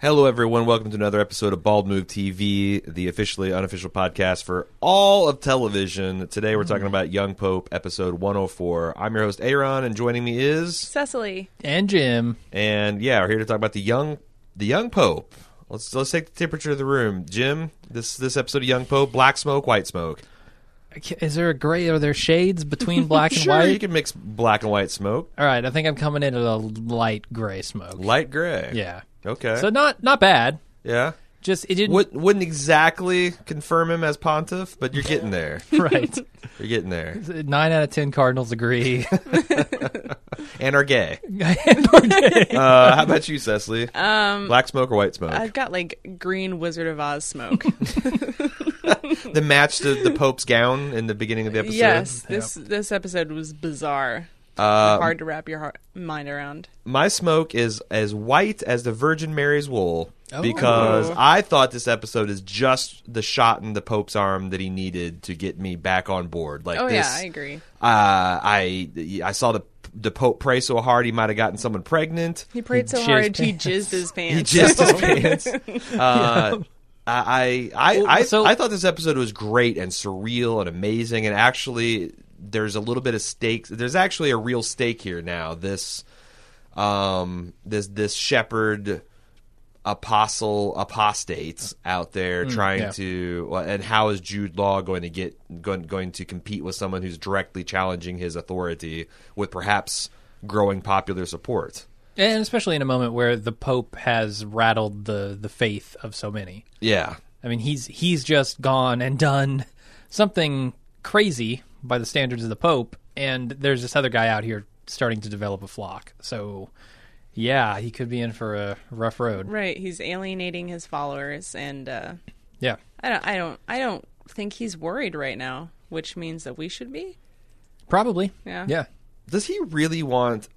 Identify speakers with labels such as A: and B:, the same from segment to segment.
A: Hello, everyone. Welcome to another episode of Bald Move TV, the officially unofficial podcast for all of television. Today, we're talking about Young Pope, episode 104. I'm your host, Aaron, and joining me is
B: Cecily.
C: and Jim.
A: and yeah, we're here to talk about the young the young Pope. Let's let's take the temperature of the room, Jim. This this episode of Young Pope, black smoke, white smoke.
C: Is there a gray? Are there shades between black and
A: Sure,
C: white?
A: you can mix black and white smoke,
C: All right, I think I'm coming in at a light gray smoke.
A: light gray.
C: Yeah.
A: Okay.
C: So not not bad.
A: yeah.
C: Just it didn't
A: Would, wouldn't exactly confirm him as pontiff, but you're getting there.
C: right.
A: You're getting there.
C: Nine out of ten cardinals agree.
A: And are gay.
C: And we're gay.
A: Uh, how about you, Cecily? Um, Black smoke or white smoke?
B: I've got like green Wizard of Oz smoke.
A: the match to the Pope's gown in the beginning of the episode.
B: yes, this this episode was bizarre.
A: Uh,
B: Hard to wrap your heart, mind around.
A: my smoke is as white as the Virgin Mary's wool
C: Oh.
A: because I thought this episode is just the shot in the Pope's arm that he needed to get me back on board. Like
B: Oh
A: this,
B: yeah, I agree.
A: Uh, I I saw the the Pope pray so hard he might have gotten someone pregnant.
B: He prayed so
C: jizzed
B: hard he
C: pants.
B: jizzed
A: He
B: his pants.
A: jizzed his pants. Uh, I I I, I,
C: so-
A: I thought this episode was great and surreal and amazing and actually there's a little bit of stakes. There's actually a real stake here now. This um this this shepherd apostle apostates out there trying
C: Mm, yeah.
A: to well, and how is Jude Law going to get going going to compete with someone who's directly challenging his authority with perhaps growing popular support.
C: and especially in a moment where the Pope has rattled the the faith of so many.
A: Yeah.
C: I mean, he's he's just gone and done something crazy by the standards of the Pope, and there's this other guy out here starting to develop a flock. So, yeah, he could be in for a rough road.
B: right, he's alienating his followers, and uh,
C: Yeah,
B: I don't, I don't, I don't think he's worried right now, which means that we should be.
C: probably.
B: Yeah.
C: yeah.
A: Does he really want?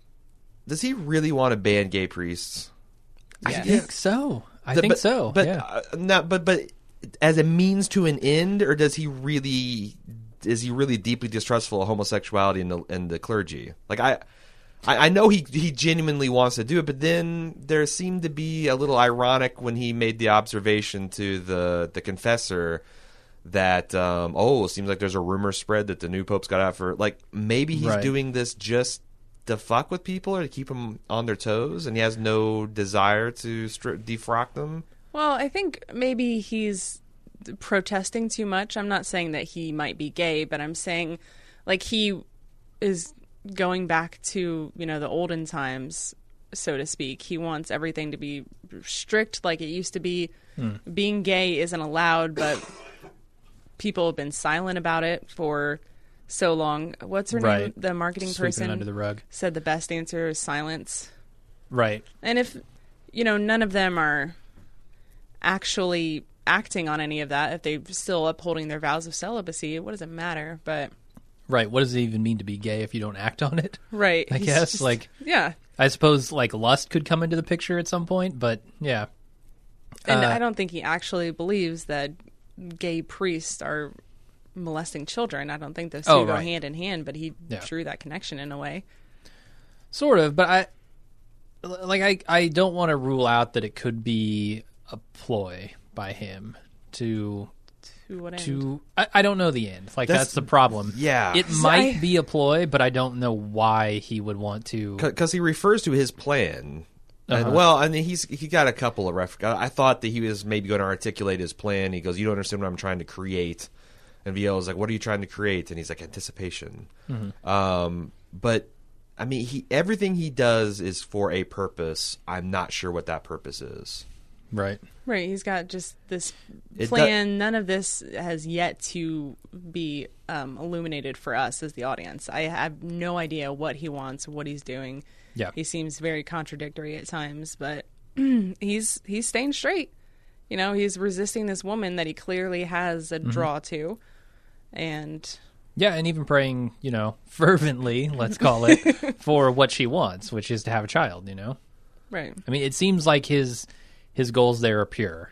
A: Does he really want to ban gay priests?
C: I think so. I think
A: but,
C: so.
A: But
C: yeah.
A: uh, not. But but as a means to an end, or does he really? Is he really deeply distrustful of homosexuality and the and the clergy? Like I. I I know he he genuinely wants to do it, but then there seemed to be a little ironic when he made the observation to the the confessor that um, oh, it seems like there's a rumor spread that the new pope's got out for like maybe he's
C: Right.
A: doing this just to fuck with people or to keep them on their toes, and he has no desire to stri- defrock them.
B: Well, I think maybe he's protesting too much. I'm not saying that he might be gay, but I'm saying like he is going back to, you know, the olden times, so to speak. He wants everything to be strict like it used to be.
C: Hmm.
B: Being gay isn't allowed, but people have been silent about it for so long. What's her name?
C: Right.
B: The marketing
C: Sweeping it
B: person
C: under the rug.
B: said the best answer is silence.
C: Right.
B: And if you know none of them are actually acting on any of that, if they're still upholding their vows of celibacy, what does it matter? But
C: Right. What does it even mean to be gay if you don't act on it?
B: right,
C: I
B: he's
C: guess,
B: just-
C: like-
B: yeah.
C: I suppose like lust could come into the picture at some point, but yeah.
B: And
C: uh,
B: I don't think he actually believes that gay priests are molesting children. I don't think those two
C: Oh,
B: go
C: right.
B: hand in hand, but he
C: Yeah.
B: drew that connection in a way.
C: sort of but i l- like i i don't want to rule out that it could be a ploy by him to
B: To what end?
C: to i, I don't know the end like
A: That's-
C: that's, the problem
A: yeah.
C: it
A: So
C: might
B: I-
C: be a ploy but i don't know why he would want to
A: because he refers to his plan. And well, I mean, he's he got a couple of ref. I thought that he was maybe going to articulate his plan. He goes, "You don't understand what I'm trying to create." And Vio's like, "What are you trying to create?" And he's like, "Anticipation." Um, but I mean, he everything he does is for a purpose. I'm not sure what that purpose is.
C: right
B: Right, he's got just this
A: It
B: plan. None of this has yet to be um, illuminated for us as the audience. I have no idea what he wants, what he's doing.
C: Yeah.
B: he seems very contradictory at times, but he's he's staying straight. You know, he's resisting this woman that he clearly has a
C: Mm-hmm.
B: draw to, and
C: yeah and even praying you know fervently let's call it for what she wants which is to have a child you know
B: right.
C: I mean, it seems like his his goals there are pure.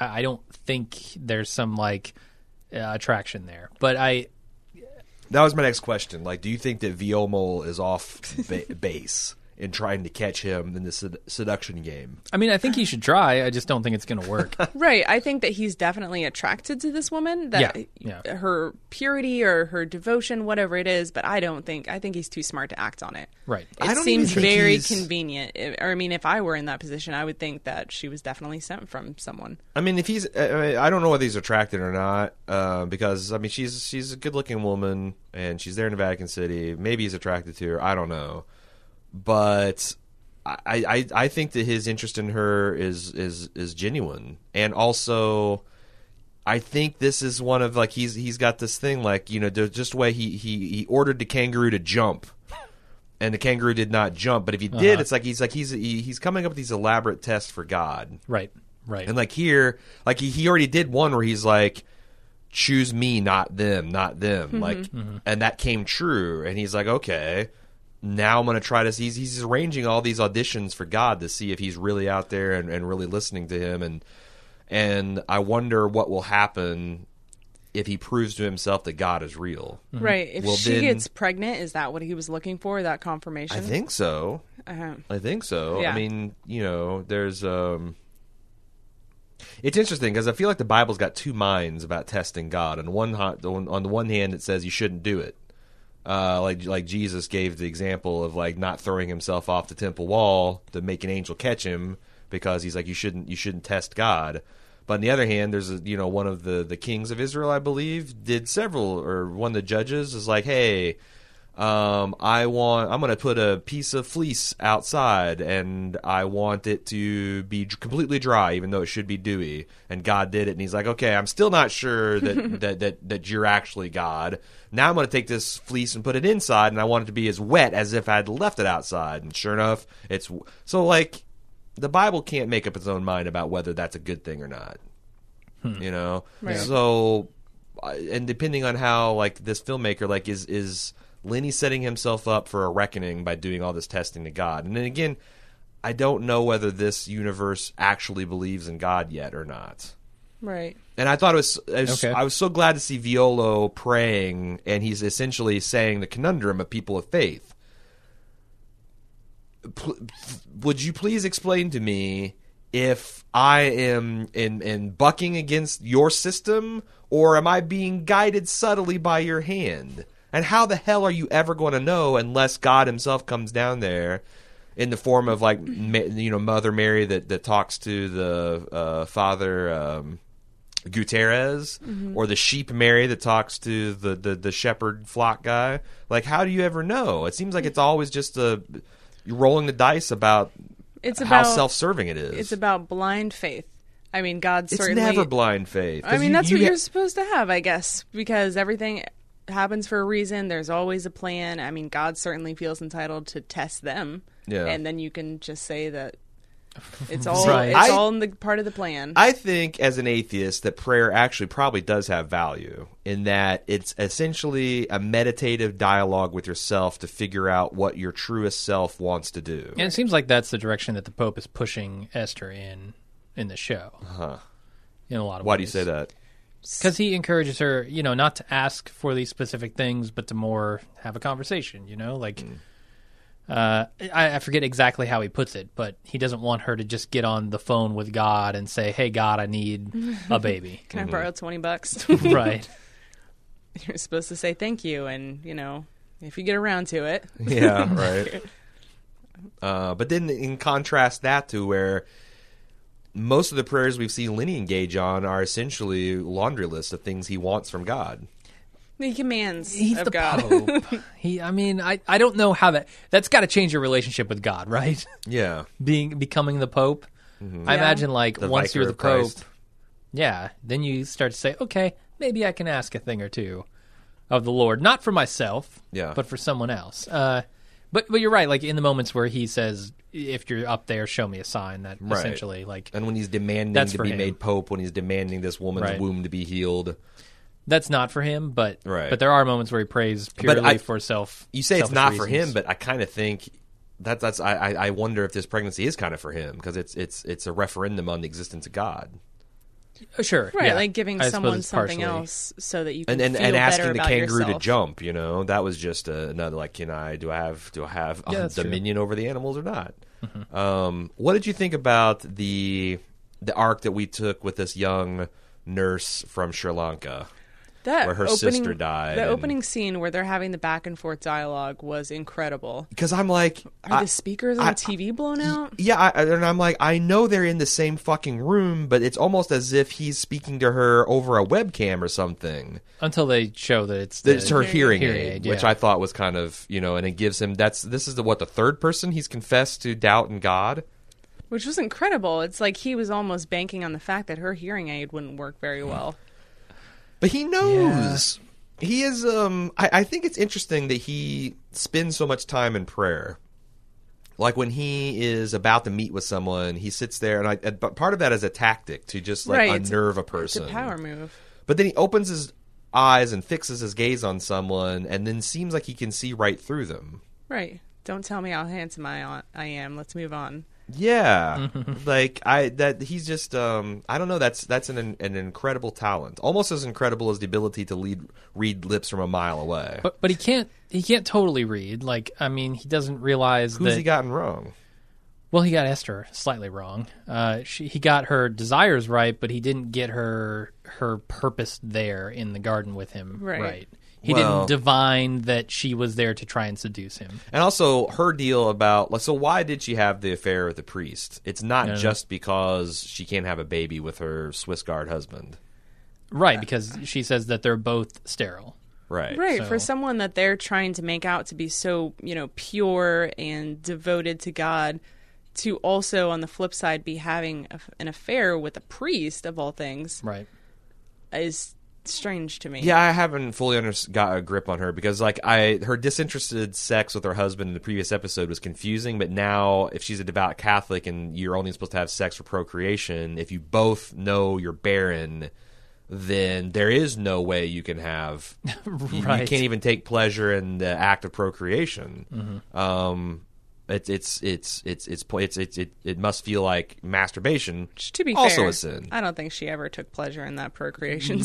C: I, I don't think there's some like uh, attraction there, but I
A: That was my next question. Like, do you think that Viomol is off ba- base? in trying to catch him in the sed- seduction game.
C: I mean, I think he should try. I just don't think it's going to work.
B: Right. I think that he's definitely attracted to this woman. That
C: Yeah, yeah.
B: her purity or her devotion, whatever it is, but I don't think I think he's too smart to act on it.
C: right.
A: I
B: It
A: don't
B: seems
A: even think
B: very
A: he's-
B: convenient. It- or I mean, if I were in that position, I would think that she was definitely sent from someone.
A: I mean, if he's, I I don't know whether he's attracted or not, uh, because I mean, she's she's a good-looking woman, and she's there in Vatican City. Maybe he's attracted to her. I don't know, but I, I, I think that his interest in her is is is genuine, and also, I think this is one of like he's he's got this thing like you know there's just a way he he he ordered the kangaroo to jump. And the kangaroo did not jump, but if he did, it's like he's like he's he, he's coming up with these elaborate tests for God.
C: Right. Right.
A: And like here, like he, he already did one where he's like, choose me, not them, not them. Like, and that came true. And he's like, okay, now I'm going to try to see. He's, he's arranging all these auditions for God to see if he's really out there and, and really listening to him. And, and I wonder what will happen if he proves to himself that God is real.
B: Right. If
A: Well,
B: she
A: then-
B: gets pregnant, is that what he was looking for? That confirmation?
A: I think so.
B: Uh-huh.
A: I think so.
B: Yeah.
A: I mean, you know, there's um It's interesting because I feel like the Bible's got two minds about testing God. On one hot- on on the one hand it says you shouldn't do it. Uh, like like Jesus gave the example of like not throwing himself off the temple wall to make an angel catch him because he's like you shouldn't you shouldn't test God. But on the other hand, there's a, you know one of the the kings of Israel I believe did several or one of the judges is like hey um, I want. I'm going to put a piece of fleece outside, and I want it to be dr- completely dry, even though it should be dewy. And God did it, and He's like, "Okay, I'm still not sure that that, that that you're actually God. Now I'm going to take this fleece and put it inside, and I want it to be as wet as if I'd left it outside. And sure enough, it's w- so like the Bible can't make up its own mind about whether that's a good thing or not you know
B: Right.
A: so I- and depending on how like this filmmaker like is is lenny setting himself up for a reckoning by doing all this testing to god and then again i don't know whether this universe actually believes in god yet or not
B: Right.
A: and I thought it was, I was,
C: Okay.
A: I was so glad to see Violo praying, and he's essentially saying the conundrum of people of faith. Pl- would you please explain to me if I am in, in bucking against your system, or am I being guided subtly by your hand? And how the hell are you ever going to know unless God Himself comes down there? In the form of like, ma- you know, Mother Mary that, that talks to the uh, Father, um, Gutierrez
B: Mm-hmm.
A: or the sheep Mary that talks to the, the, the shepherd flock guy. Like, how do you ever know? It seems like it's always just a you're rolling the dice about
B: It's
A: how
B: about-
A: self serving it is.
B: It's about blind faith. I mean, God
A: It's
B: certainly.
A: never blind faith. 'Cause
B: I mean,
A: you-
B: that's
A: you
B: what
A: get-
B: you're supposed to have, I guess, because everything happens for a reason. There's always a plan. I mean, God certainly feels entitled to test them.
A: Yeah.
B: And then you can just say that it's all
C: Right.
B: it's
A: I-
B: all in the part of the plan.
A: I think as an atheist that prayer actually probably does have value in that it's essentially a meditative dialogue with yourself to figure out what your truest self wants to do.
C: And it seems like that's the direction that the Pope is pushing Esther in in the show. In a lot of
A: Why do you Uh-huh. say that?
C: Because he encourages her, you know, not to ask for these specific things, but to more have a conversation. You know, like
A: Mm.
C: uh, I, I forget exactly how he puts it, but he doesn't want her to just get on the phone with God and say, "Hey, God, I need a baby."
B: can I borrow twenty bucks?
C: right.
B: you're supposed to say thank you, and you know, if you get around to it,
A: Yeah, right. uh, but then in contrast that to where most of the prayers we've seen Lenny engage on are essentially laundry list of things he wants from God.
B: he commands
C: He's
B: of
C: the
B: God.
C: Pope. he. I mean, I. I don't know how that. That's got to change your relationship with God, right?
A: Yeah.
C: being becoming the pope. I
B: Yeah.
C: imagine like
A: Mm-hmm. The
C: once
A: Vicar
C: you're the
A: of Christ.
C: pope, yeah, then you start to say, okay, maybe I can ask a thing or two of the Lord, not for myself,
A: Yeah.
C: but for someone else. Uh, but but you're right. Like in the moments where he says, if you're up there, show me a sign. That
A: Right.
C: essentially like
A: And when he's demanding
C: That's
A: to
C: for
A: be
C: him.
A: made pope, when he's demanding this woman's
C: Right.
A: womb to be healed.
C: that's not for him, but
A: Right.
C: but there are moments where he prays purely
A: I-
C: for self.
A: You say it's not
C: selfish
A: for
C: reasons.
A: him, but I kind of think that that's I, I I wonder if this pregnancy is kind of for him because it's it's it's a referendum on the existence of God.
C: Oh, Sure.
B: Right,
C: yeah.
B: like giving
C: I suppose
B: someone
C: it's
B: something
C: partially-
B: else so that you can
A: and and,
B: feel
A: and
B: better
A: asking the
B: about
A: kangaroo
B: yourself.
A: to jump, you know, that was just uh, another like, can I do I have do I have um,
C: Yeah, that's true. Mm-hmm.
A: dominion over the animals or not? Um, what did you think about the the arc that we took with this young nurse from Sri Lanka?
B: That
A: where her
B: opening,
A: sister died
B: The
A: and-
B: opening scene where they're having the back and forth dialogue was incredible.
A: Because I'm like,
B: Are
A: I-
B: the speakers on
A: I-
B: the TV blown out?
A: yeah, I, and I'm like, I know they're in the same fucking room, but it's almost as if he's speaking to her over a webcam or something.
C: Until they show that it's,
A: It's
C: the-
A: her hearing,
C: hearing
A: aid,
C: aid,
A: which
C: yeah.
A: I thought was kind of you know, and it gives him that's this is the what the third person he's confessed to doubt in God.
B: Which was incredible. It's like he was almost banking on the fact that her hearing aid wouldn't work very well.
A: But he knows. He is. Um, I, I think it's interesting that he spends so much time in prayer. Like when he is about to meet with someone, he sits there, and I. and- But part of that is a tactic to just like
B: Right, it's-
A: unnerve a
B: It's
A: person.
B: a power move.
A: But then he opens his eyes and fixes his gaze on someone, and then seems like he can see right through them.
B: Right. Don't tell me how handsome I, on- I am. Let's move on.
A: Yeah, like I that he's just um I don't know that's that's an an incredible talent, almost as incredible as the ability to lead read lips from a mile away.
C: But but he can't he can't totally read. Like I mean, he doesn't realize
A: Who's
C: that.
A: he gotten wrong?
C: well, he got Esther slightly wrong. Uh, she, he got her desires right, but he didn't get her her purpose there in the garden with him
B: Right.
C: He
A: Well-
C: didn't divine that she was there to try and seduce him.
A: And also her deal about like so why did she have the affair with the priest? It's not just because she can't have a baby with her Swiss guard husband.
C: Right, because she says that they're both sterile.
A: Right.
B: Right. For
C: so-
B: someone that they're trying to make out to be so, you know, pure and devoted to God, to also, on the flip side, be having a, an affair with a priest, of all things,
C: Right.
B: is strange to me.
A: Yeah, I haven't fully under- got a grip on her because like I her disinterested sex with her husband in the previous episode was confusing, but now if she's a devout Catholic and you're only supposed to have sex for procreation, if you both know you're barren, then there is no way you can have you, you
C: Right.
A: can't even take pleasure in the act of procreation. Um it's it's it's it's it's pla- it's it's it, it must feel like masturbation.
B: Which, to be
A: also
B: fair,
A: a sin.
B: I don't think she ever took pleasure in that procreation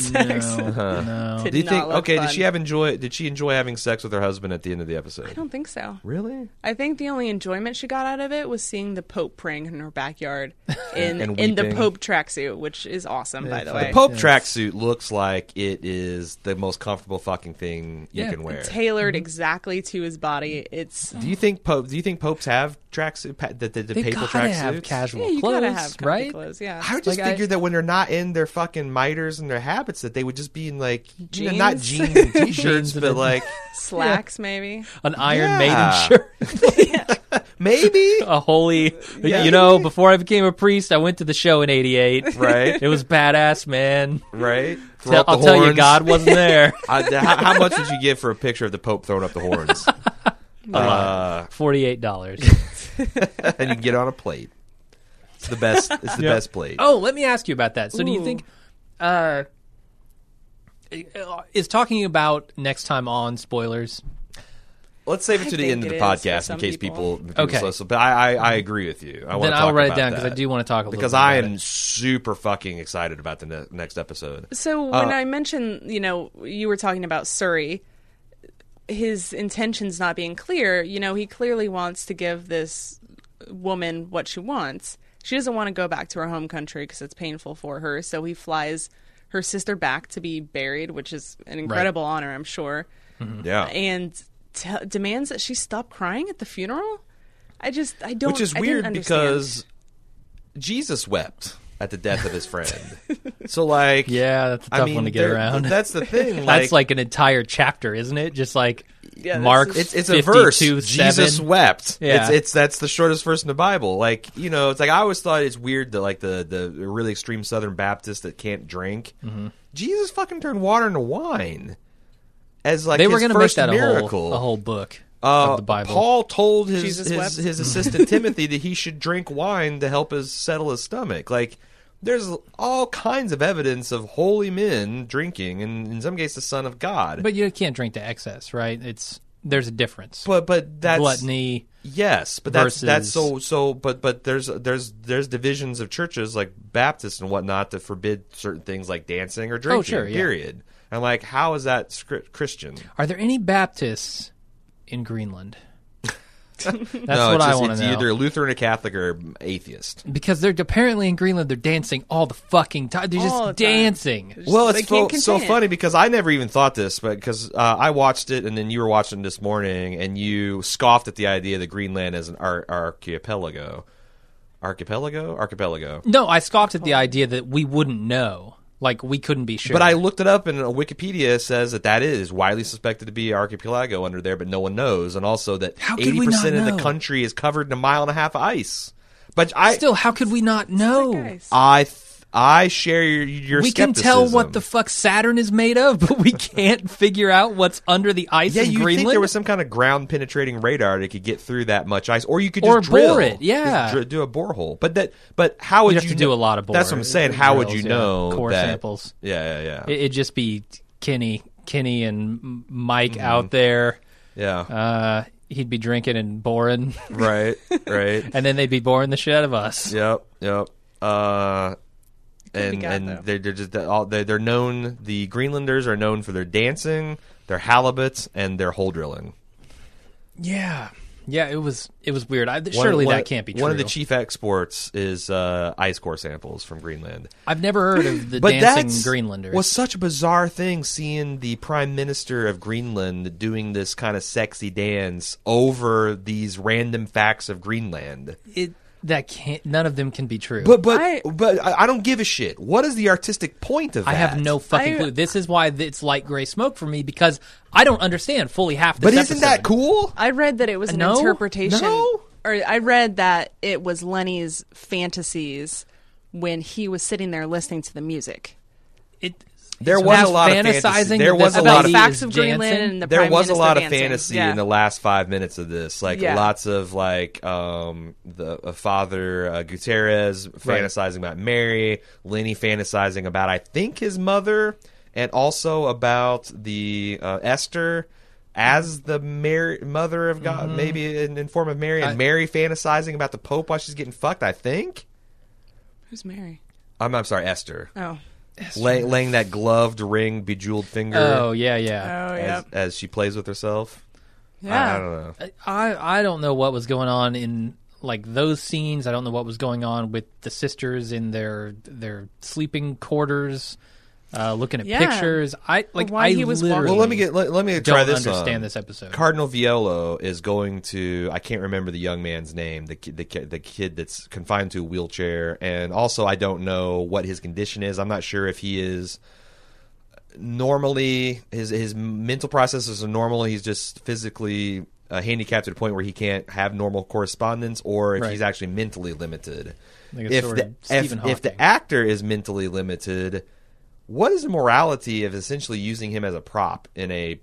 B: sex.
C: no.
B: Did
A: Do you
B: not
A: think
B: look
A: okay?
B: fun.
A: Did she have enjoy? Did she enjoy having sex with her husband at the end of the episode?
B: I don't think so.
A: Really?
B: I think the only enjoyment she got out of it was seeing the Pope praying in her backyard in
A: And
B: in the
A: weeping.
B: Pope tracksuit, which is awesome, by the
C: The
B: way.
A: Pope
C: Yes.
A: tracksuit looks like it is the most comfortable fucking thing you
C: Yeah.
A: can wear.
B: tailored
C: Mm-hmm.
B: exactly to his body. It's
A: Do you think Pope? Do you think popes have tracksuit? Pa- the the, the
C: They
A: papal
C: gotta have
A: tracksuits?
C: casual
B: yeah, you
C: clothes,
B: gotta have comfy
C: right?
B: clothes, yeah.
A: I would just
C: Like, I-
A: figure that when they're not in their fucking miters and their habits, that they would just be in like you know, not
B: Jeans.
A: jeans and t-shirts,
C: Jeans and
A: but
C: a-
A: like
B: Slacks, maybe.
C: An Iron
A: Yeah.
C: Maiden shirt.
A: maybe
C: a holy
A: Yeah.
C: you know before i became a priest i went to the show in 88
A: Right.
C: it was badass man
A: right. Throw
C: Tell,
A: up the
C: i'll tell you
A: horns.
C: god wasn't there
A: I- th- how, how much would you give for a picture of the Pope throwing up the horns? uh,
C: 48 dollars
A: and you get on a plate. It's the best. It's the best plate.
C: oh let me ask you about that so do you
B: Ooh.
C: think uh is talking about next time on spoilers
A: Let's save it to
B: I
A: the
B: think
A: end of the
B: it is for
A: podcast in
B: some
A: case people.
B: people.
A: people
C: Okay.
A: listen. but I, I, I agree with you. I
C: then
A: want to
C: i'll
A: talk
C: write it
A: about
C: down because i
A: that.
C: do want to talk a little
A: because
C: bit
A: I
C: about
A: am
C: it.
A: super fucking excited about the ne- next episode.
B: So
C: Uh,
B: when I mentioned, you know, you were talking about Surrey, his intentions not being clear, you know, he clearly wants to give this woman what she wants. She doesn't want to go back to her home country because it's painful for her. So he flies her sister back to be buried, which is an incredible honor, I'm sure,
A: Yeah,
B: and t- demands that she stop crying at the funeral. I just, I don't.
A: which is
B: I didn't
A: weird
B: understand.
A: because Jesus wept at the death of his friend. so like,
C: yeah that's a tough
A: I mean,
C: one to get
A: there-
C: around
A: That's the thing.
C: that's like an entire chapter isn't it just like
B: Yeah, that's
C: mark
B: just-
A: it's it's a verse.
C: 52,
A: Jesus
C: 7.
A: wept.
C: Yeah.
A: It's it's that's the shortest verse in the Bible. Like you know, it's like I always thought it's weird that like the the really extreme Southern Baptist that can't drink.
C: Mm-hmm.
A: Jesus fucking turned water into wine. As like
C: they
A: his
C: were going to make
A: first
C: that a
A: miracle.
C: whole, a whole book
A: Uh,
C: of the bible
A: Paul told his
B: Jesus
A: his,
B: wept.
A: his assistant Timothy that he should drink wine to help his settle his stomach. Like there's all kinds of evidence of holy men drinking, and in some cases, the Son of God.
C: But you can't drink to excess, right? It's there's a difference.
A: but but that's
C: Gluttony.
A: Yes, but that's that's
C: versus-
A: so so. But but there's there's there's divisions of churches like Baptists and whatnot that forbid certain things like dancing or drinking.
C: sure, yeah.
A: period. And like, how is that scr- Christian?
C: Are there any Baptists in Greenland? That's
A: no,
C: what
A: it's,
C: I
A: just-
C: want
A: it's
C: to know.
A: either Lutheran or Catholic or atheist.
C: Because they're apparently in Greenland, they're dancing all the fucking time. They're just
B: All the time.
C: dancing.
B: Just-
A: Well,
B: they
A: it's so,
B: can't
A: so
B: contain it.
A: funny because I never even thought this, but because uh, I watched it and then you were watching this morning and you scoffed at the idea that Greenland is an ar- archipelago. Archipelago? Archipelago.
C: No, I scoffed at the idea that we wouldn't know. Like we couldn't be sure.
A: But I looked it up, and Wikipedia says that that is widely suspected to be archipelago under there, but no one knows. And also that
C: How could
A: eighty
C: we not
A: percent of the
C: know?
A: country is covered in a mile and a half of ice. But I,
C: still, how could we not know?
B: Guys.
A: oh, I, th- I share your, your
C: we can tell what the
A: skepticism.
C: fuck Saturn is made of, but we can't figure out what's under the ice
A: yeah,
C: in
A: you
C: Greenland.
A: think there was some kind of ground penetrating radar that could get through that much ice, or you could just
C: Or
A: drill
C: bore it, yeah.
A: Just dr- do a borehole. But that, but how would
C: You'd
A: you
C: have to do
A: kn-
C: a lot of
A: That's what I'm
C: bore-
A: saying. How would you
C: drills, yeah.
A: know
C: Core
A: that-
C: samples.
A: Yeah, yeah, yeah,
C: It- It'd just be Kenny, Kenny, and M- Mike
A: Mm-hmm.
C: out there.
A: yeah.
C: Uh, he'd be drinking and boring,
A: right, right.
C: and then they'd be boring the shit out of us.
A: Yep, yep. Uh, and
B: got,
A: and
B: though.
A: they're, they're just they're all they're, they're known. The Greenlanders are known for their dancing, their halibuts, and their hole drilling.
C: Yeah, yeah. It was it was weird. I,
A: One-
C: surely
A: one-
C: that can't be true.
A: One of the chief exports is uh, ice core samples from Greenland.
C: I've never heard of the
A: But
C: dancing
A: that's
C: Greenlanders.
A: was such a bizarre thing seeing the prime minister of Greenland doing this kind of sexy dance over these random facts of Greenland.
C: it, that can't. None of them can be true.
A: But but
B: I-
A: but I I don't give a shit. What is the artistic point of
C: I
A: that?
C: have no fucking
B: I-
C: clue. This is why th- it's like gray smoke for me because I don't understand fully half. This
A: But isn't that
C: episode.
A: cool?
B: I read that it was an
C: No?
B: interpretation.
A: No?
B: Or I read that it was Lenny's fantasies when he was sitting there listening to the music.
C: It,
A: There
C: it's
A: was
C: now
A: a lot of
C: fantasizing
A: fantasy.
C: that
A: There
C: this
A: was a
B: About
A: lot
C: lady
B: facts
C: is
B: of
C: dancing.
B: Greenland and the
A: there
B: Prime
A: was a
B: Minister
A: lot of
B: dancing.
A: fantasy
B: Yeah.
A: in the last five minutes of this, like
B: Yeah.
A: lots of like um, the uh, father uh, Gutierrez fantasizing about Mary, Lenny fantasizing about I think his mother, and also about the uh, Esther as the Mary, mother of God,
B: Mm-hmm.
A: maybe in, in form of Mary, and
C: I-
A: Mary fantasizing about the Pope while she's getting fucked. I think
B: Who's Mary?
A: I'm, I'm sorry, Esther,
B: Oh.
A: Lay, laying that gloved ring, bejeweled finger.
C: Oh yeah, yeah.
B: Oh,
A: as, as she plays with herself. I, I don't know.
C: I I don't know what was going on in like those scenes. I don't know what was going on with the sisters in their their sleeping quarters, uh, looking at
B: Yeah.
C: pictures. I like
B: why
C: I
B: he was walking.
C: literally
A: Well, let me get let, let me
C: don't
A: try this.
C: understand
A: on.
C: this episode.
A: Cardinal Violo is going to. I can't remember the young man's name. The kid, the kid, the kid that's confined to a wheelchair, and also I don't know what his condition is. I'm not sure if he is normally his his mental processes are normal. He's just physically uh, handicapped to the point where he can't have normal correspondence, or if
C: Right.
A: he's actually mentally limited.
C: Like a
A: if
C: sort
A: the
C: of
A: if,
C: Stephen
A: if
C: Hawking.
A: the actor is mentally limited, what is the morality of essentially using him as a prop in a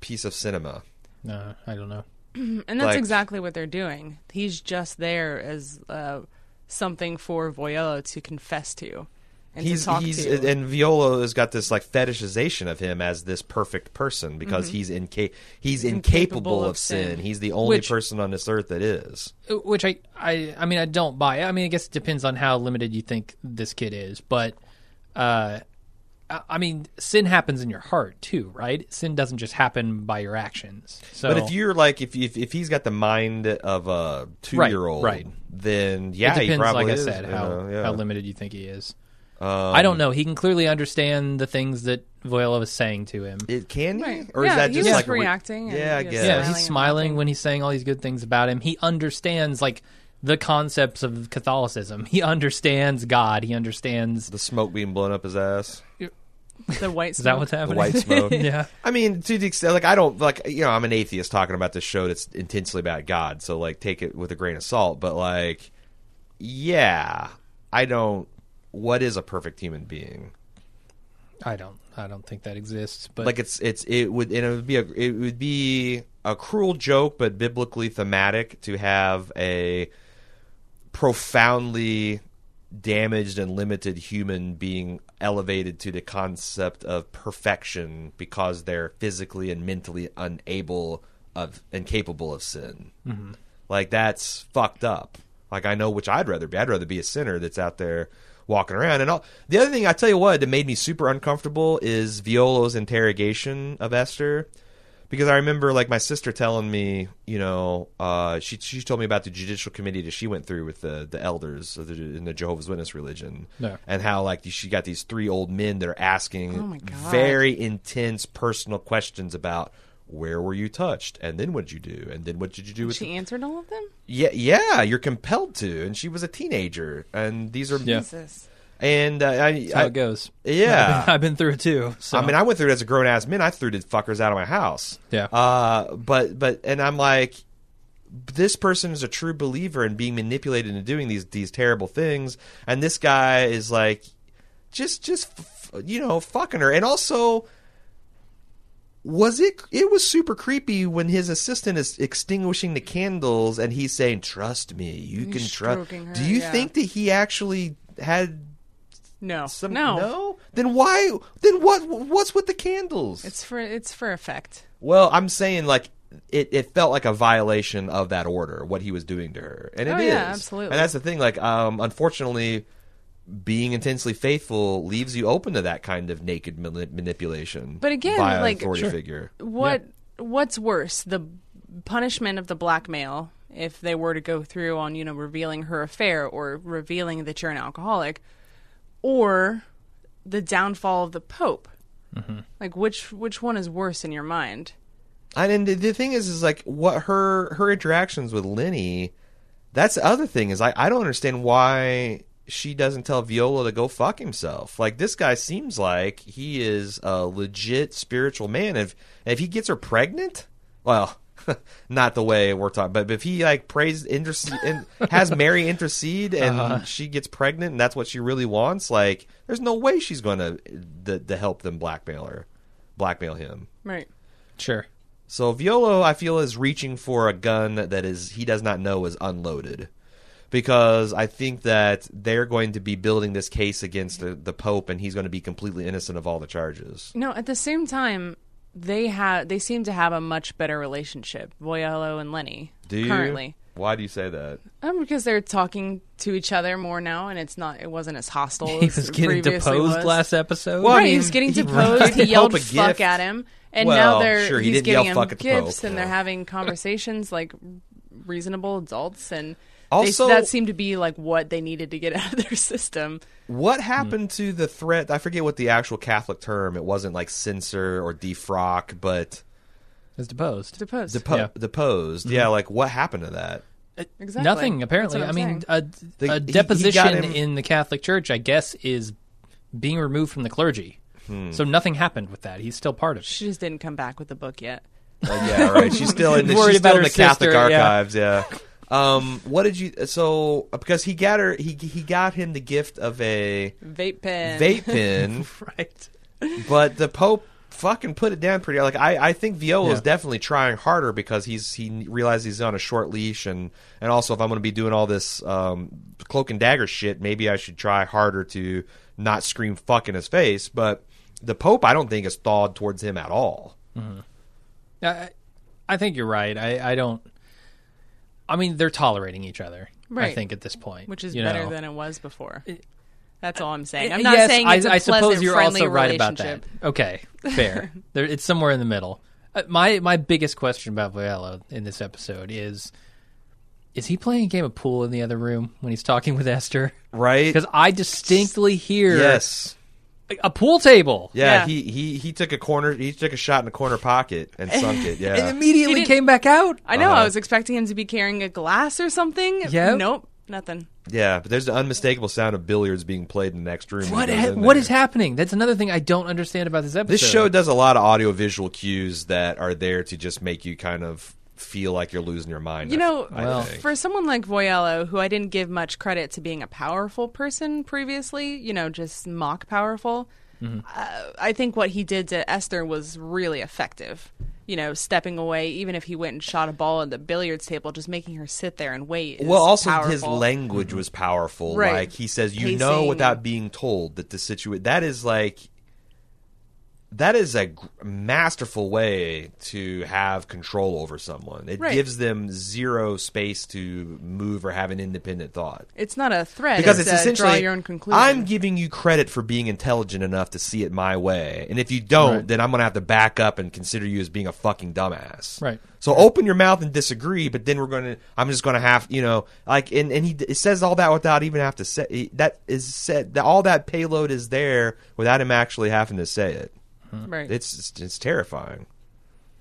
A: piece of cinema?
C: No, I don't know.
B: And that's
A: Like-
B: exactly what they're doing. He's just there as uh, something for Voyello to confess to and
A: he's
B: to talk
A: he's uh,
B: to.
A: and Viola has got this like fetishization of him as this perfect person because he's inca- he's incapable of sin. He's the only
C: Which-
A: person on this earth that is.
C: Uh, which I, I I mean I don't buy. I mean I guess it depends on how limited you think this kid is, but uh I I mean, sin happens in your heart too, right? Sin doesn't just happen by your actions. So,
A: But if you're like if if, if he's got the mind of a two year old,
C: right.
A: then
C: it
A: yeah, he
C: depends,
A: probably
C: like I
A: is,
C: said,
A: you
C: how
A: know, yeah. Um,
C: how limited you think he is. I don't know. He can clearly understand the things that Voyello is saying to him.
A: It can, he?
B: Right.
A: or is
B: Yeah,
A: that
B: he
A: just
B: was
A: like a re-
B: reacting and
A: yeah, I
B: he was
A: guess.
C: yeah,
B: smiling
C: he's
B: and
C: smiling
B: laughing.
C: when he's saying all these good things about him. He understands like the concepts of Catholicism. He understands God. He understands.
A: the smoke being blown up his ass,
B: the white
C: Is that what's
A: the
C: happening?
A: white smoke.
C: yeah.
A: I mean, to the extent, like, I don't, like, you know, I'm an atheist talking about this show that's intensely about God, so, like, take it with a grain of salt, but, like, yeah, I don't, what is a perfect human being?
C: I don't. I don't think that exists. But
A: Like, it's, it's, it would, and it would be a, it would be a cruel joke, but biblically thematic to have a profoundly damaged and limited human being elevated to the concept of perfection because they're physically and mentally unable of and capable of sin. Like that's fucked up. Like I know which I'd rather be. I'd rather be a sinner that's out there walking around. And all, the other thing I tell you what that made me super uncomfortable is Viola's interrogation of Esther. Because I remember, like my sister telling me, you know, uh, she she told me about the judicial committee that she went through with the the elders of the, in the Jehovah's Witness religion,
C: Yeah.
A: and how like she got these three old men that are asking
B: Oh my God.
A: very intense personal questions about where were you touched, and then what did you do, and then what did you do with the
B: She answered all of them.
A: yeah, yeah, you're compelled to. And she was a teenager, and these are
C: Yeah.
B: Jesus.
A: And uh, I,
C: That's how
A: I
C: it goes.
A: yeah.
C: I've been, I've been through it too. So.
A: I mean, I went through it as a grown ass man. I threw the fuckers out of my house.
C: Yeah.
A: Uh, but but and I'm like, this person is a true believer and being manipulated into doing these these terrible things, and this guy is like, just just f- f- you know fucking her, and also. Was it? It was super creepy when his assistant is extinguishing the candles and he's saying, "Trust me, you can trust."
B: stroking her,
A: Do you
B: yeah.
A: think that he actually had
B: No.
A: some?
B: no.
A: no. Then why? Then what? What's with the candles?
B: It's for it's for effect.
A: Well, I'm saying like it, it felt like a violation of that order, what he was doing to her, and it is
B: Oh, yeah, absolutely.
A: And that's the thing. Like, um, unfortunately, being intensely faithful leaves you open to that kind of naked mani- manipulation.
B: But again,
A: by an
B: like-
A: authority
C: Sure.
A: figure.
B: What what's worse, the punishment of the blackmail if they were to go through on you know revealing her affair or revealing that you're an alcoholic, or the downfall of the pope?
C: Mm-hmm.
B: Like which which one is worse in your mind?
A: And, and the, the thing is, is like what her her interactions with Lenny. That's the other thing is I I don't understand why she doesn't tell Viola to go fuck himself. Like this guy seems like he is a legit spiritual man. If if he gets her pregnant, well. Not the way we're talking, but if he like prays intercede and has Mary intercede and she gets pregnant and that's what she really wants, like there's no way she's going to the to help them blackmail her, blackmail him.
B: Right.
C: sure.
A: So Violo, I feel, is reaching for a gun that is he does not know is unloaded, because I think that they're going to be building this case against the, the Pope, and he's going to be completely innocent of all the charges.
B: No, at the same time, they have they seem to have a much better relationship, Boyello and Lenny.
A: Do you?
B: currently?
A: Why do you say that?
B: Um, because they're talking to each other more now, and it's not it wasn't as hostile.
C: He
B: as
C: was
B: it
C: getting
B: previously
C: deposed
B: was.
C: last episode.
A: Well, I
B: Right,
A: mean,
B: he was getting
A: he
B: deposed.
A: gave the
B: He yelled
A: Pope a
B: fuck
A: gift.
B: at him, and
A: Well,
B: now they're
A: sure, he
B: he's
A: didn't yell
B: giving him
A: fuck at the
B: gifts,
A: Pope,
B: and they're
A: yeah.
B: having conversations like reasonable adults, and they-
A: Also-
B: that seemed to be like what they needed to get out of their system.
A: What happened to the threat? I forget what the actual Catholic term. It wasn't like censor or defrock, but
C: It's deposed.
B: Deposed.
A: depo-
C: Yeah.
A: deposed. Yeah, like what happened to that?
B: exactly.
C: Nothing
B: That's
C: apparently.
B: what
C: I
B: I'm
C: mean, uh,
B: saying.
C: a,
A: The-
C: a
A: he- he got
C: deposition
A: him-
C: in the Catholic Church, I guess, is being removed from the clergy.
A: Hmm.
C: So nothing happened with that. He's still part of it.
B: she just didn't come back with the book yet.
A: Uh, yeah, right. She's still in the,
C: Worried
A: she's still
C: about
A: in
C: her
A: the Catholic
C: sister, yeah.
A: archives. Yeah. Um, what did you? So because he got her, he he got him the gift of a
B: Vape pen.
A: vape pen,
C: Right.
A: but the Pope fucking put it down pretty. Like I, I think Viola is
C: Yeah.
A: definitely trying harder because he's he realizes he's on a short leash, and and also if I'm going to be doing all this um, cloak and dagger shit, maybe I should try harder to not scream fuck in his face. But the Pope, I don't think is thawed towards him at all.
C: I, I think you're right. I, I don't. I mean, they're tolerating each other. I
B: Right.
C: think at this point,
B: which is
C: you
B: better
C: know. uh,
B: than it was before. That's all I'm saying. I'm not
C: yes,
B: saying
C: I,
B: it's a
C: I
B: pleasant,
C: suppose you're
B: friendly
C: also right about
B: relationship.
C: that. Okay, fair. there, it's somewhere in the middle. Uh, my my biggest question about Viella in this episode is: Is he playing a game of pool in the other room when he's talking with Esther?
A: Right?
C: Because I distinctly hear
A: Yes.
C: a pool table.
A: Yeah,
B: Yeah.
A: He, he he took a corner. He took a shot in the corner pocket and sunk it.
C: and
A: Yeah,
C: immediately
B: didn't-
C: came back out.
B: I know. I
A: Uh-huh.
B: was expecting him to be carrying a glass or something.
C: Yep.
B: Nope. Nothing.
A: yeah. But there's the unmistakable sound of billiards being played in the next room. when he
C: What
A: goes
C: ha-
A: in
C: what
A: there.
C: is happening? That's another thing I don't understand about this episode.
A: This show does a lot of audio visual cues that are there to just make you kind of feel like you're losing your mind.
B: You
A: I-
B: know,
A: I
C: Well-
A: think.
B: for someone like Voyello, who I didn't give much credit to being a powerful person previously, you know, just
A: Mm-hmm.
B: mock powerful, uh, I think what he did to Esther was really effective. you know, stepping away, even if he went and shot a ball at the billiards table, just making her sit there and wait. Is
A: well, also his
B: powerful.
A: language was powerful.
B: Right.
A: Like he says, you
B: Pacing.
A: know, without being told that the situation that is like that is a gr- masterful way to have control over someone. It
B: Right.
A: gives them zero space to move or have an independent thought.
B: It's not a threat
A: Because
B: it's,
A: it's,
B: a
A: essentially
B: draw your own conclusion.
A: I'm giving you credit for being intelligent enough to see it my way, and if you don't,
C: Right.
A: then I'm going to have to back up and consider you as being a fucking dumbass.
C: Right.
A: So open your mouth and disagree, but then we're going to. I'm just going to have you know like and and he d- it says all that without even have to say it- that is said that all that payload is there without him actually having to say it.
B: Mm-hmm. right.
A: It's it's, it's terrifying,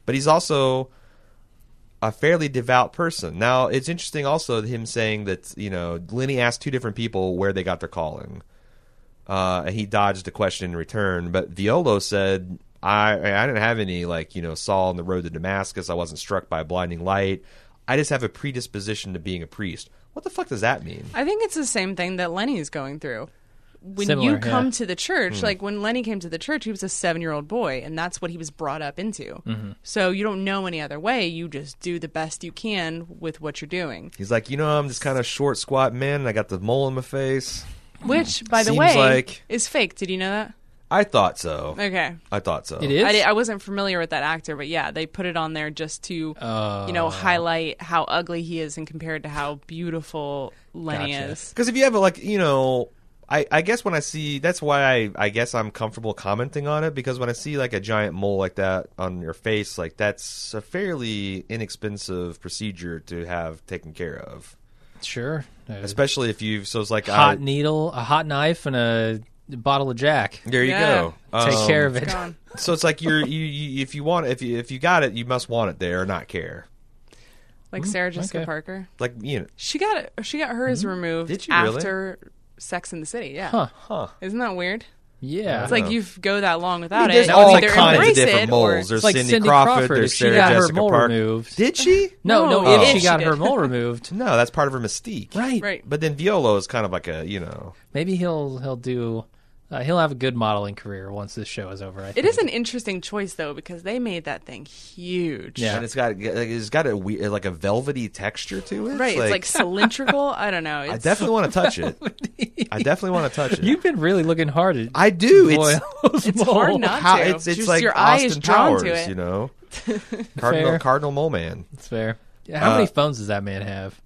A: but he's also a fairly devout person. Now it's interesting also him saying that you know Lenny asked two different people where they got their calling, uh, and he dodged the question in return. But Violo said, "I I didn't have any like you know Saul on the road to Damascus. I wasn't struck by a blinding light. I just have a predisposition to being a priest." What the fuck does that mean?
B: I think it's the same thing that Lenny is going through. When
C: Similar,
B: you come
C: yeah. Hmm.
B: to the church, like when Lenny came to the church, he was a seven year old boy, and that's what he was brought up into.
C: Mm-hmm.
B: So you don't know any other way. You just do the best you can with what you're doing.
A: He's like, you know, I'm just kind of short, squat man. and I got the mole in my face.
C: Hmm.
B: Which, by the
A: Seems
B: way,
A: like-
B: is fake. Did you know that?
A: I thought so.
B: Okay.
A: I thought so.
C: It is.
B: I, di- I wasn't familiar with that actor, but yeah, they put it on there just to, you
C: Oh.
B: know, highlight how ugly he is and compared to how beautiful Lenny
C: Gotcha.
B: is.
A: Because if you have a like, you know, I, I guess when I see that's why I, I guess I'm comfortable commenting on it because when I see like a giant mole like that on your face, like that's a fairly inexpensive procedure to have taken care of,
C: Sure. A
A: especially if you've so it's like
C: hot
A: I,
C: needle, a hot knife, and a bottle of Jack.
A: there you
B: Yeah.
A: go.
C: Take
A: Um,
C: care of it.
B: Gone.
A: So it's like you're you, you if you want if you if you got it, you must want it there or not care.
B: Like Sarah Jessica
C: Mm-hmm. okay.
B: Parker.
A: Like you know,
B: She got it, she got hers removed
A: Did she really?
B: after Sex in the City. Yeah,
C: Huh.
A: huh?
B: isn't that weird?
C: Yeah.
B: It's like
A: know.
B: you have go that long without
A: there's
B: it.
A: all
B: Either
A: kinds of
B: embrace
A: different
B: it
A: moles.
B: Or,
A: There's
C: It's like
A: Cindy,
C: Cindy
A: Crawford,
C: Crawford, if
A: there's
C: she
A: Sarah
C: got her
A: Jessica
C: mole
A: Parker.
C: removed.
A: Did she?
C: no, no,
B: No,
C: if
B: she
C: she got her
B: did.
C: mole removed.
A: No, that's part of her mystique.
C: Right.
B: right.
A: But then Viola is kind of like a you know
C: Maybe he'll he'll do uh, he'll have a good modeling career once this show is over. I
B: It
C: think.
B: is an interesting choice though because they made that thing huge.
C: Yeah.
A: and it's got like, it's got a we like a velvety texture to it.
B: Right, it's like cylindrical. I don't know. It's,
A: I definitely want to touch it. I definitely want to touch it.
C: You've been really looking hard at
A: I do. It's
C: Boyle's
B: it's hard
C: mole.
B: not
A: how
B: to.
A: it's it's
B: Just
A: like
B: your eye
A: Austin
B: is drawn
A: Powers,
B: to it.
A: you know, Cardinal
C: Fair.
A: Cardinal Mole Man.
C: It's fair. Yeah, how many
A: Uh,
C: phones does that man have?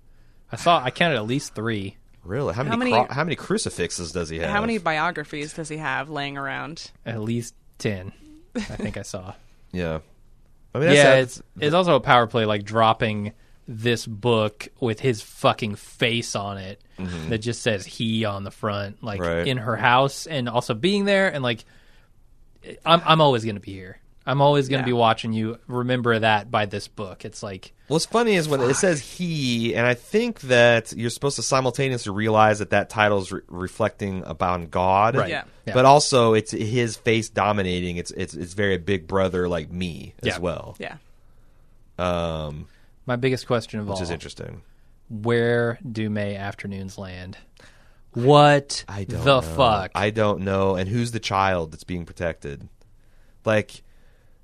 C: I saw I counted at least three.
A: Really? How many
B: How
A: how many,
B: many-
A: how many crucifixes does he have?
B: How many biographies does he have laying around?
C: At least ten. I think I saw.
A: Yeah. I mean, that's
C: yeah,
A: yeah,
C: it's it's also a power play like dropping this book with his fucking face on it that just says he on the front, like
A: Mm-hmm. Right.
C: in her house and also being there and like I'm I'm always gonna be here. I'm always gonna
B: Yeah.
C: be watching you. Remember that by this book. It's like
A: what's funny is when it says he, and I think that you're supposed to simultaneously realize that that title is re- reflecting upon God,
C: Right.
B: Yeah.
C: Yeah.
A: But also, it's his face dominating. It's it's it's very Big Brother like me as
C: Yeah.
A: well.
B: Yeah.
A: Um,
C: my biggest question of all
A: which is interesting.
C: where do May afternoons land? What
A: I don't know.
C: the fuck?
A: I don't know. And who's the child that's being protected? Like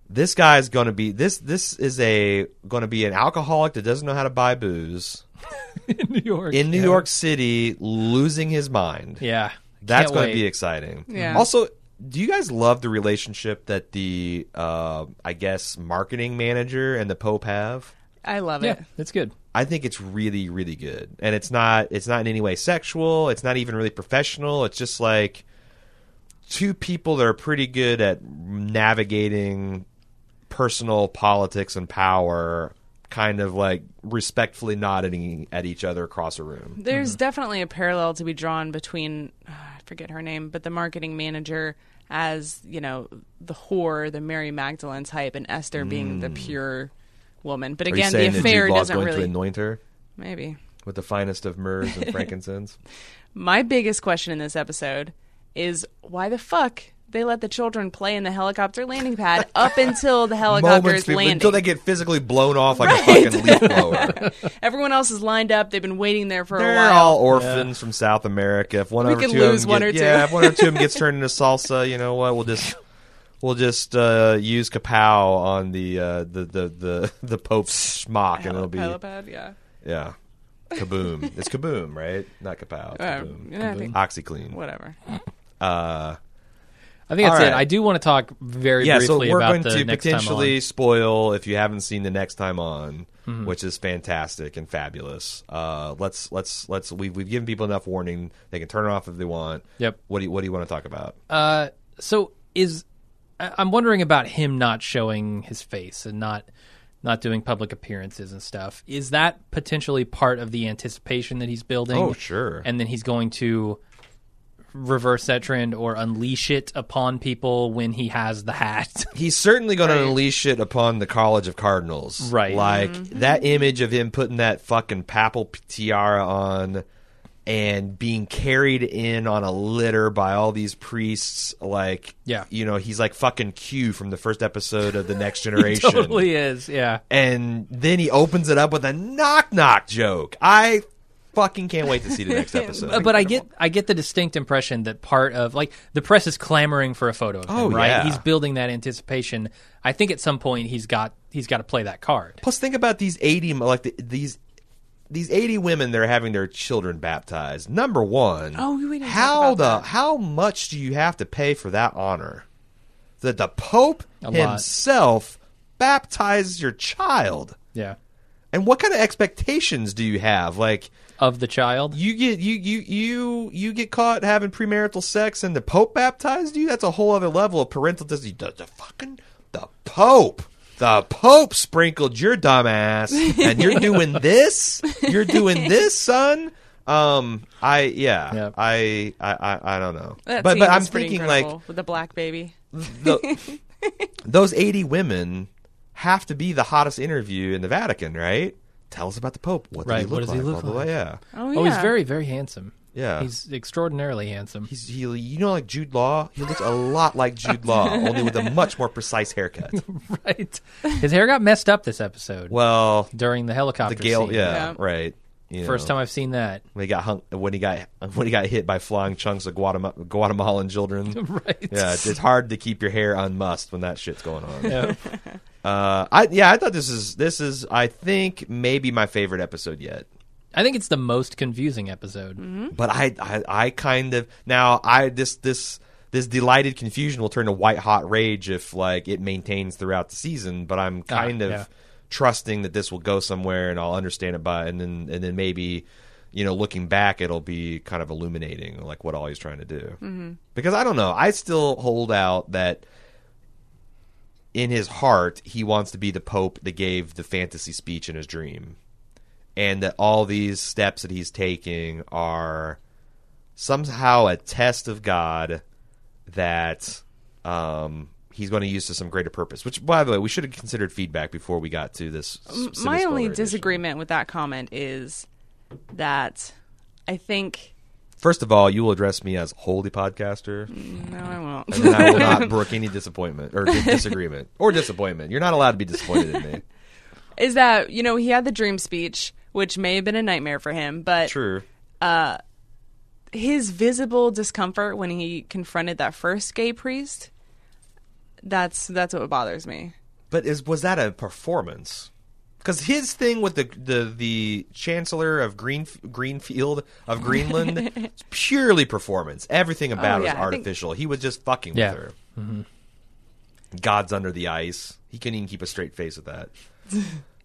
A: this guy's going to be this this is a going to be an alcoholic that doesn't know how to buy booze
C: in New York.
A: in New
C: yeah.
A: York City losing his mind.
C: Yeah.
A: That's
C: Can't
A: going
C: wait.
A: to be exciting.
B: Yeah.
A: Also, do you guys love the relationship that the uh, I guess marketing manager and the Pope have?
B: I love
C: Yeah,
B: it.
C: that's good.
A: I think it's really, really good, and it's not it's not in any way sexual. It's not even really professional. It's just like two people that are pretty good at navigating personal politics and power, kind of like respectfully nodding at each other across a room.
B: There's definitely a parallel to be drawn between uh, I forget her name, but the marketing manager as you know the whore, the Mary Magdalene type, and Esther being the pure woman. But
A: Mm. are you
B: again, the
A: saying that
B: affair
A: Jude Law's
B: doesn't
A: going to
B: really
A: anoint her
B: maybe.
A: with the finest of myrrhs and frankincense?
B: My biggest question in this episode is why the fuck they let the children play in the helicopter landing pad up until the helicopter's
A: Moments before-
B: landing.
A: until they get physically blown off like
B: Right.
A: a fucking leaf blower.
B: Everyone else is lined up. They've been waiting there for a
A: They're
B: while.
A: all orphans from South America. If one
B: We
A: over
B: could
A: two of
B: lose
A: them
B: one
A: get-
B: or two.
A: yeah, if one or two of them gets turned into salsa, you know what? We'll just We'll just uh, use Kapow on the uh, the, the the the Pope's schmuck, and it'll be
B: Helipad, yeah.
A: yeah, kaboom. it's kaboom, right? Not Kapow. It's
B: Uh,
A: kaboom.
B: yeah, I think-
A: OxyClean.
B: Whatever.
A: Uh,
C: I think that's
A: All
C: it.
A: right.
C: I do want to talk very
A: yeah, so
C: briefly
A: we're
C: about
A: going
C: the
A: to
C: next
A: potentially
C: time
A: spoil if you haven't seen the next time on,
C: Mm-hmm.
A: which is fantastic and fabulous. Uh, let's let's let's we've we've given people enough warning. They can turn it off if they want.
C: Yep.
A: What do you, what do you want to talk about?
C: on. Uh, so is I- I'm wondering about him not showing his face and not not doing public appearances and stuff. Is that potentially part of the anticipation that he's building?
A: Oh, sure.
C: And then he's going to reverse that trend or unleash it upon people when he has the hat.
A: he's certainly going
B: Right.
A: to unleash it upon the College of Cardinals.
C: Right.
A: Like that image of him putting that fucking papal p- tiara on and being carried in on a litter by all these priests like
C: Yeah.
A: you know he's like fucking Q from the first episode of the next generation
C: totally is. Yeah.
A: and then he opens it up with a knock knock joke i fucking can't wait to see the next episode
C: Uh, but I get I get the distinct impression that part of like the press is clamoring for a photo of him,
A: Oh,
C: right?
A: yeah.
C: He's building that anticipation. I think at some point he's got he's got to play that card.
A: Plus, think about these eighty mo- like the, these these eighty women that are having their children baptized. Number one,
B: Oh, we didn't talk
A: how
B: about
A: the
B: that.
A: how much do you have to pay for that honor? That the Pope
C: lot.
A: himself baptizes your child,
C: Yeah.
A: and what kind of expectations do you have? Like
C: Of the child.
A: you get you you you you get caught having premarital sex, and the Pope baptized you. That's a whole other level of parental dis- The, the fucking the Pope. The Pope sprinkled your dumbass, and you're doing this. You're doing this, son. Um, I yeah,
C: Yep.
A: I, I I I don't know,
B: That
A: but
B: scene
A: but
B: was
A: I'm
B: pretty
A: thinking like
B: incredible with the black baby.
A: the, those 80 women have to be the hottest interview in the Vatican, right? Tell us about the Pope. What,
C: Right,
A: does he look
C: what does
A: like?
C: he look
A: Blah, blah,
C: like?
A: blah, yeah.
B: Oh yeah.
C: Oh, he's very very handsome.
A: Yeah.
C: He's extraordinarily handsome.
A: He's he, you know, like Jude Law. He looks a lot like Jude Law, only with a much more precise haircut.
C: right. His hair got messed up this episode
A: Well,
C: during the helicopter
A: the Gale,
C: scene.
A: yeah,
B: Yeah.
A: right. You
C: First time I've seen that.
A: when he got hung, when he got when he got hit by flying chunks of Guatemala, Guatemalan children.
C: Right.
A: Yeah, it's it's hard to keep your hair unmussed when that shit's going on.
C: Yeah.
A: Uh, I yeah, I thought this is this is I think maybe my favorite episode yet.
C: I think it's the most confusing episode.
A: But I, I I kind of now I this this this delighted confusion will turn to white hot rage if like it maintains throughout the season. But I'm kind of
C: yeah.
A: trusting that this will go somewhere and I'll understand it by and then and then maybe you know looking back it'll be kind of illuminating like what all he's trying to do mm-hmm. because I don't know I still hold out that in his heart he wants to be the pope that gave the fantasy speech in his dream and that all these steps that he's taking are somehow a test of God that um, he's going to use to some greater purpose. Which, by the way, we should have considered feedback before we got to this.
B: M-
A: specific
B: my
A: spoiler
B: only
A: edition.
B: disagreement with that comment is that I think
A: First of all, you will address me as holy podcaster,
B: no, I won't.
A: and I will not brook any disappointment or dis- disagreement or disappointment. You're not allowed to be disappointed in me.
B: is that you know he had the dream speech, which may have been a nightmare for him, but
A: True.
B: his visible discomfort when he confronted that first gay priest. That's that's what bothers me.
A: But is was that a performance? Because his thing with the the the Chancellor of Green Greenfield of Greenland, it's purely performance. Everything about
B: Oh,
A: it
B: yeah, I
A: was
B: think-
A: artificial. He was just fucking
C: Yeah.
A: with her. God's under the ice. He couldn't even keep a straight face with that.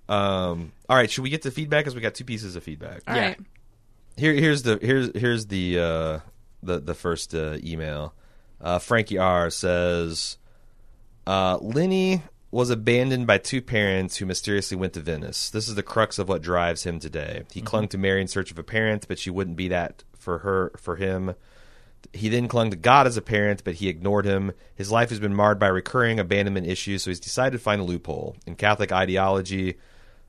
A: um. All right. Should we get to feedback? Because we got two pieces of feedback.
B: All
C: Yeah.
B: right.
A: Here, here's the here's here's the uh, the the first uh, email. Uh, Frankie R says, uh, "Lenny was abandoned by two parents who mysteriously went to Venice. This is the crux of what drives him today. He clung to Mary in search of a parent, but she wouldn't be that for her for him. He then clung to God as a parent, but he ignored him. His life has been marred by recurring abandonment issues, so he's decided to find a loophole. In Catholic ideology,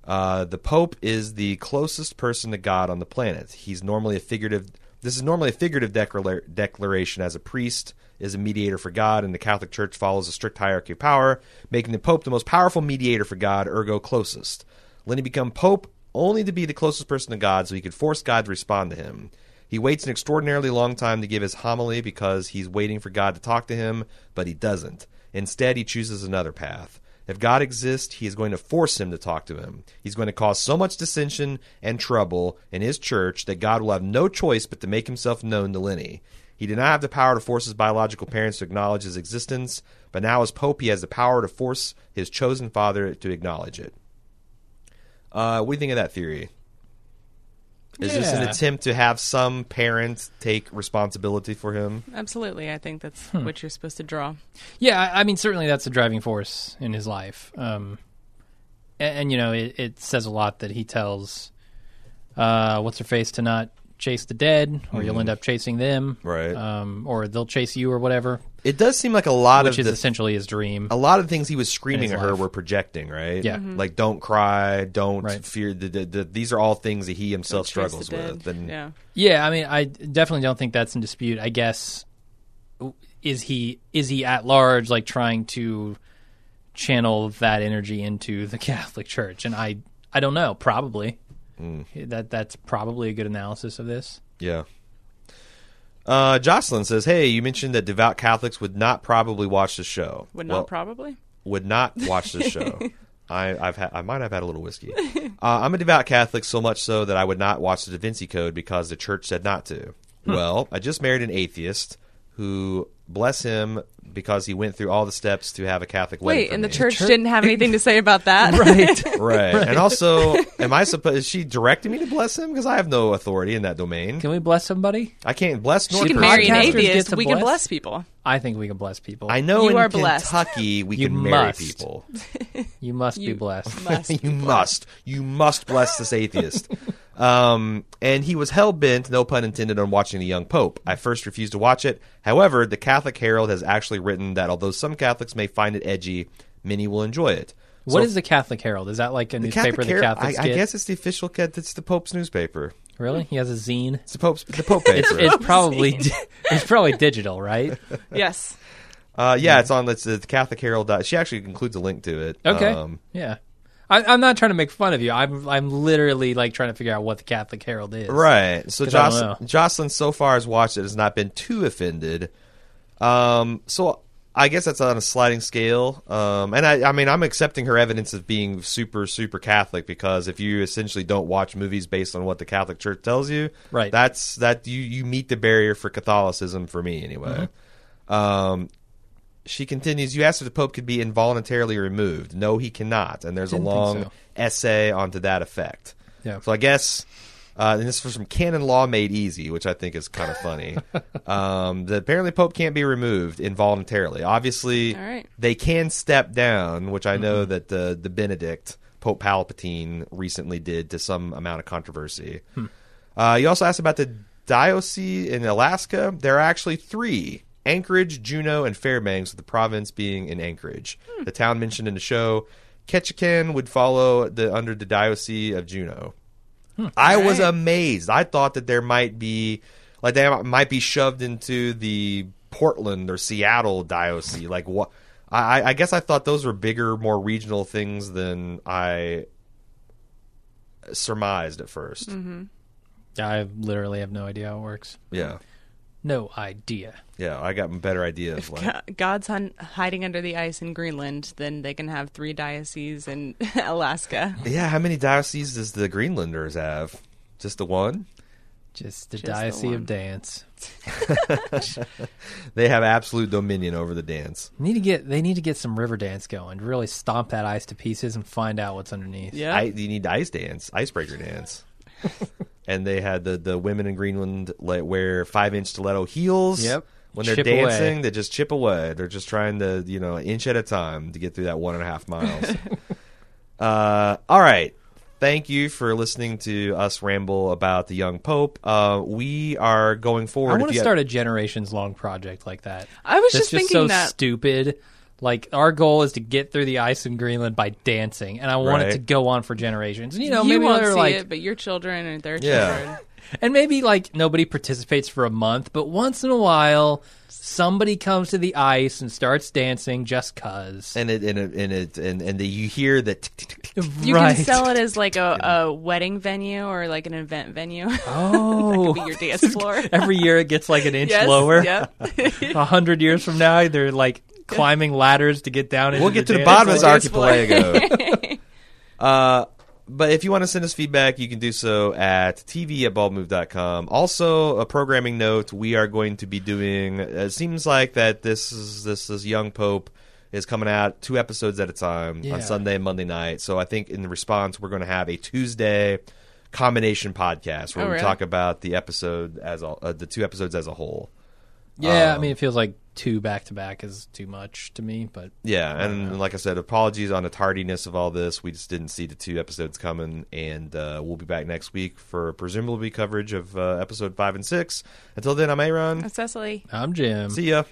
A: uh, the Pope is the closest person to God on the planet. He's normally a figurative. This is normally a figurative declara- declaration as a priest is a mediator for God, and the Catholic Church follows a strict hierarchy of power, making the Pope the most powerful mediator for God, ergo closest. Lenny become Pope only to be the closest person to God, so he could force God to respond to him. He waits an extraordinarily long time to give his homily because he's waiting for God to talk to him, but he doesn't. Instead, he chooses another path. If God exists, he is going to force him to talk to him. He's going to cause so much dissension and trouble in his church that God will have no choice but to make himself known to Lenny. He did not have the power to force his biological parents to acknowledge his existence, but now as Pope, he has the power to force his chosen father to acknowledge it. Uh, what do you think of that theory? Is this an
C: Yeah.
A: attempt to have some parent take responsibility for him?
B: Absolutely, I think that's what you're supposed to draw.
C: Yeah, I- I mean, certainly that's a driving force in his life. Um, a- and, you know, it, it says a lot that he tells uh, what's her face to not chase the dead, or you'll end up chasing them,
A: Mm-hmm. Right.
C: Um, or they'll chase you, or whatever,
A: It does seem like a lot
C: which
A: of
C: is
A: the
C: essentially his dream.
A: a lot of things he was screaming
C: his
A: at her
C: life.
A: were projecting, right?
C: Yeah.
B: Mm-hmm.
C: Mhm.
A: Like, don't cry, don't
C: Right.
A: fear. The, the, the, these are all things that he himself
B: Chase the
A: struggles
B: dead.
A: with. And
B: yeah,
C: Yeah, I mean, I definitely don't think that's in dispute. I guess w- is he is he at large like trying to channel that energy into the Catholic Church? And I I don't know. Probably
A: Hmm.
C: that that's probably a good analysis of this.
A: yeah. Uh, Jocelyn says, "Hey, you mentioned that devout Catholics would not probably watch the show.
B: would
A: Well,
B: not probably.
A: would not watch the show. I, I've had, I might have had a little whiskey. Uh, I'm a devout Catholic, so much so that I would not watch the Da Vinci Code because the church said not to.
B: Hmm.
A: Well, I just married an atheist who, bless him, because he went through all the steps to have a Catholic wedding.
B: Wait,
A: for
B: and the
A: me.
B: church, didn't have anything to say about that,
C: Right.
A: right? And also, am I supposed? Is she directing me to bless him? Because I have no authority in that domain.
C: Can we bless somebody?
A: I can't bless. nor
B: We can
A: curse
B: marry an
A: anyone.
C: Podcasters get
B: atheist.
C: to
B: We can
C: bless?
B: bless people.
C: I think we can bless people.
A: I know
B: You
A: in
B: are blessed.
A: Kentucky we
C: You
A: can marry
C: must.
A: people.
C: you must be
B: You
C: blessed.
B: must.
A: you must. You must bless this atheist. um, and he was hell bent, no pun intended, on watching The Young Pope. I first refused to watch it. However, the Catholic Herald has actually written that although some Catholics may find it edgy, many will enjoy it.
C: What is the Catholic Herald? Is that like a newspaper the
A: Herald-
C: Catholics
A: I,
C: get?
A: I guess it's the official. ca- It's the Pope's newspaper.
C: Really? He has a zine.
A: It's the Pope's the Pope paper.
C: It's probably it's probably digital, right?
B: Yes.
A: uh, yeah, it's on it's, it's Catholic Herald. dot- She actually includes a link to it.
C: Okay.
A: Um,
C: yeah. I, I'm not trying to make fun of you. I'm I'm literally like trying to figure out what the Catholic Herald is.
A: Right. So
C: 'Cause I don't
A: Jocelyn,
C: know.
A: Jocelyn so far has watched it has not been too offended. Um, so I guess that's on a sliding scale. Um, and I, I mean, I'm accepting her evidence of being super, super Catholic because if you essentially don't watch movies based on what the Catholic Church tells you,
C: Right.
A: That's that you you meet the barrier for Catholicism for me anyway.
C: Mm-hmm.
A: Um. She continues, You asked if the Pope could be involuntarily removed. No, he cannot. And there's a
C: Didn't think
A: long
C: so.
A: essay onto that effect.
C: Yeah.
A: So I guess, uh, and this is from Canon Law Made Easy, which I think is kind of funny. um, that apparently Pope can't be removed involuntarily. Obviously,
B: All right.
A: they can step down, which I know that the the Benedict Pope Palpatine recently did to some amount of controversy. Uh, you also asked about the diocese in Alaska. There are actually three. Anchorage, Juneau, and Fairbanks, with the province being in Anchorage. The town mentioned in the show, Ketchikan would follow the under the diocese of Juneau. I was
B: Right.
A: amazed. I thought that there might be like they might be shoved into the Portland or Seattle diocese. Like what? I, I guess I thought those were bigger, more regional things than I surmised at 1st
C: I literally have no idea how it works.
A: Yeah,
C: No idea.
A: yeah. I got better idea of like
B: Go- God's hun- hiding under the ice in Greenland, then they can have three dioceses in Alaska.
A: yeah. How many dioceses does the Greenlanders have? Just the one?
C: Just the
B: Just the
C: diocese
B: one.
C: of dance.
A: They have absolute dominion over the dance.
C: Need to get they need to get some river dance going. to Really stomp that ice to pieces and find out what's underneath.
B: Yeah.
A: I, you need ice dance, icebreaker dance. and they had the, the women in Greenland like wear five inch stiletto heels.
C: Yep.
A: When they're
C: Chip away.
A: dancing, they just chip away. They're just trying to, you know, inch at a time to get through that one and a half miles. uh, all right. Thank you for listening to us ramble about the young pope. Uh, we are going forward.
C: I
A: if
C: want to
A: you have-
C: start a generations long project like that.
B: I was
C: That's
B: just thinking
C: so
B: that.
C: stupid. Like our goal is to get through the ice in Greenland by dancing, and I want it
A: Right.
C: to go on for generations. And, you know,
B: you
C: maybe
B: won't
C: they're
B: see
C: like
B: it, but your children and their
A: Yeah.
B: children.
C: And maybe like nobody participates for a month, but once in a while somebody comes to the ice and starts dancing just cuz.
A: and it and it and it and, and the, you hear the tick, tick, tick, tick.
B: You can sell it as like a, a wedding venue or like an event venue.
C: Oh.
B: be your dance floor.
C: Every year it gets like an inch
B: yes,
C: lower.
B: Yep.
C: A hundred years from now, they're like climbing ladders to get down. into
A: We'll get to the
C: dance
A: bottom of this
C: floor.
A: archipelago. uh, but if you want to send us feedback, you can do so at tv at baldmove.com. Also, a programming note: we are going to be doing. It seems like that this is this is young Pope is coming out two episodes at a time
C: Yeah.
A: on Sunday and Monday night. So I think in response, we're going to have a Tuesday combination podcast where
B: Oh,
A: we
B: really?
A: talk about the episode as a, uh, the two episodes as a whole. Oh.
C: Yeah, I mean, it feels like two back to back is too much to me, but
A: Yeah, and like I said, apologies on the tardiness of all this. We just didn't see the two episodes coming, and uh, we'll be back next week for presumably coverage of uh, episode five and six. Until then, I'm Aaron.
B: Cecily.
C: I'm Jim.
A: See ya.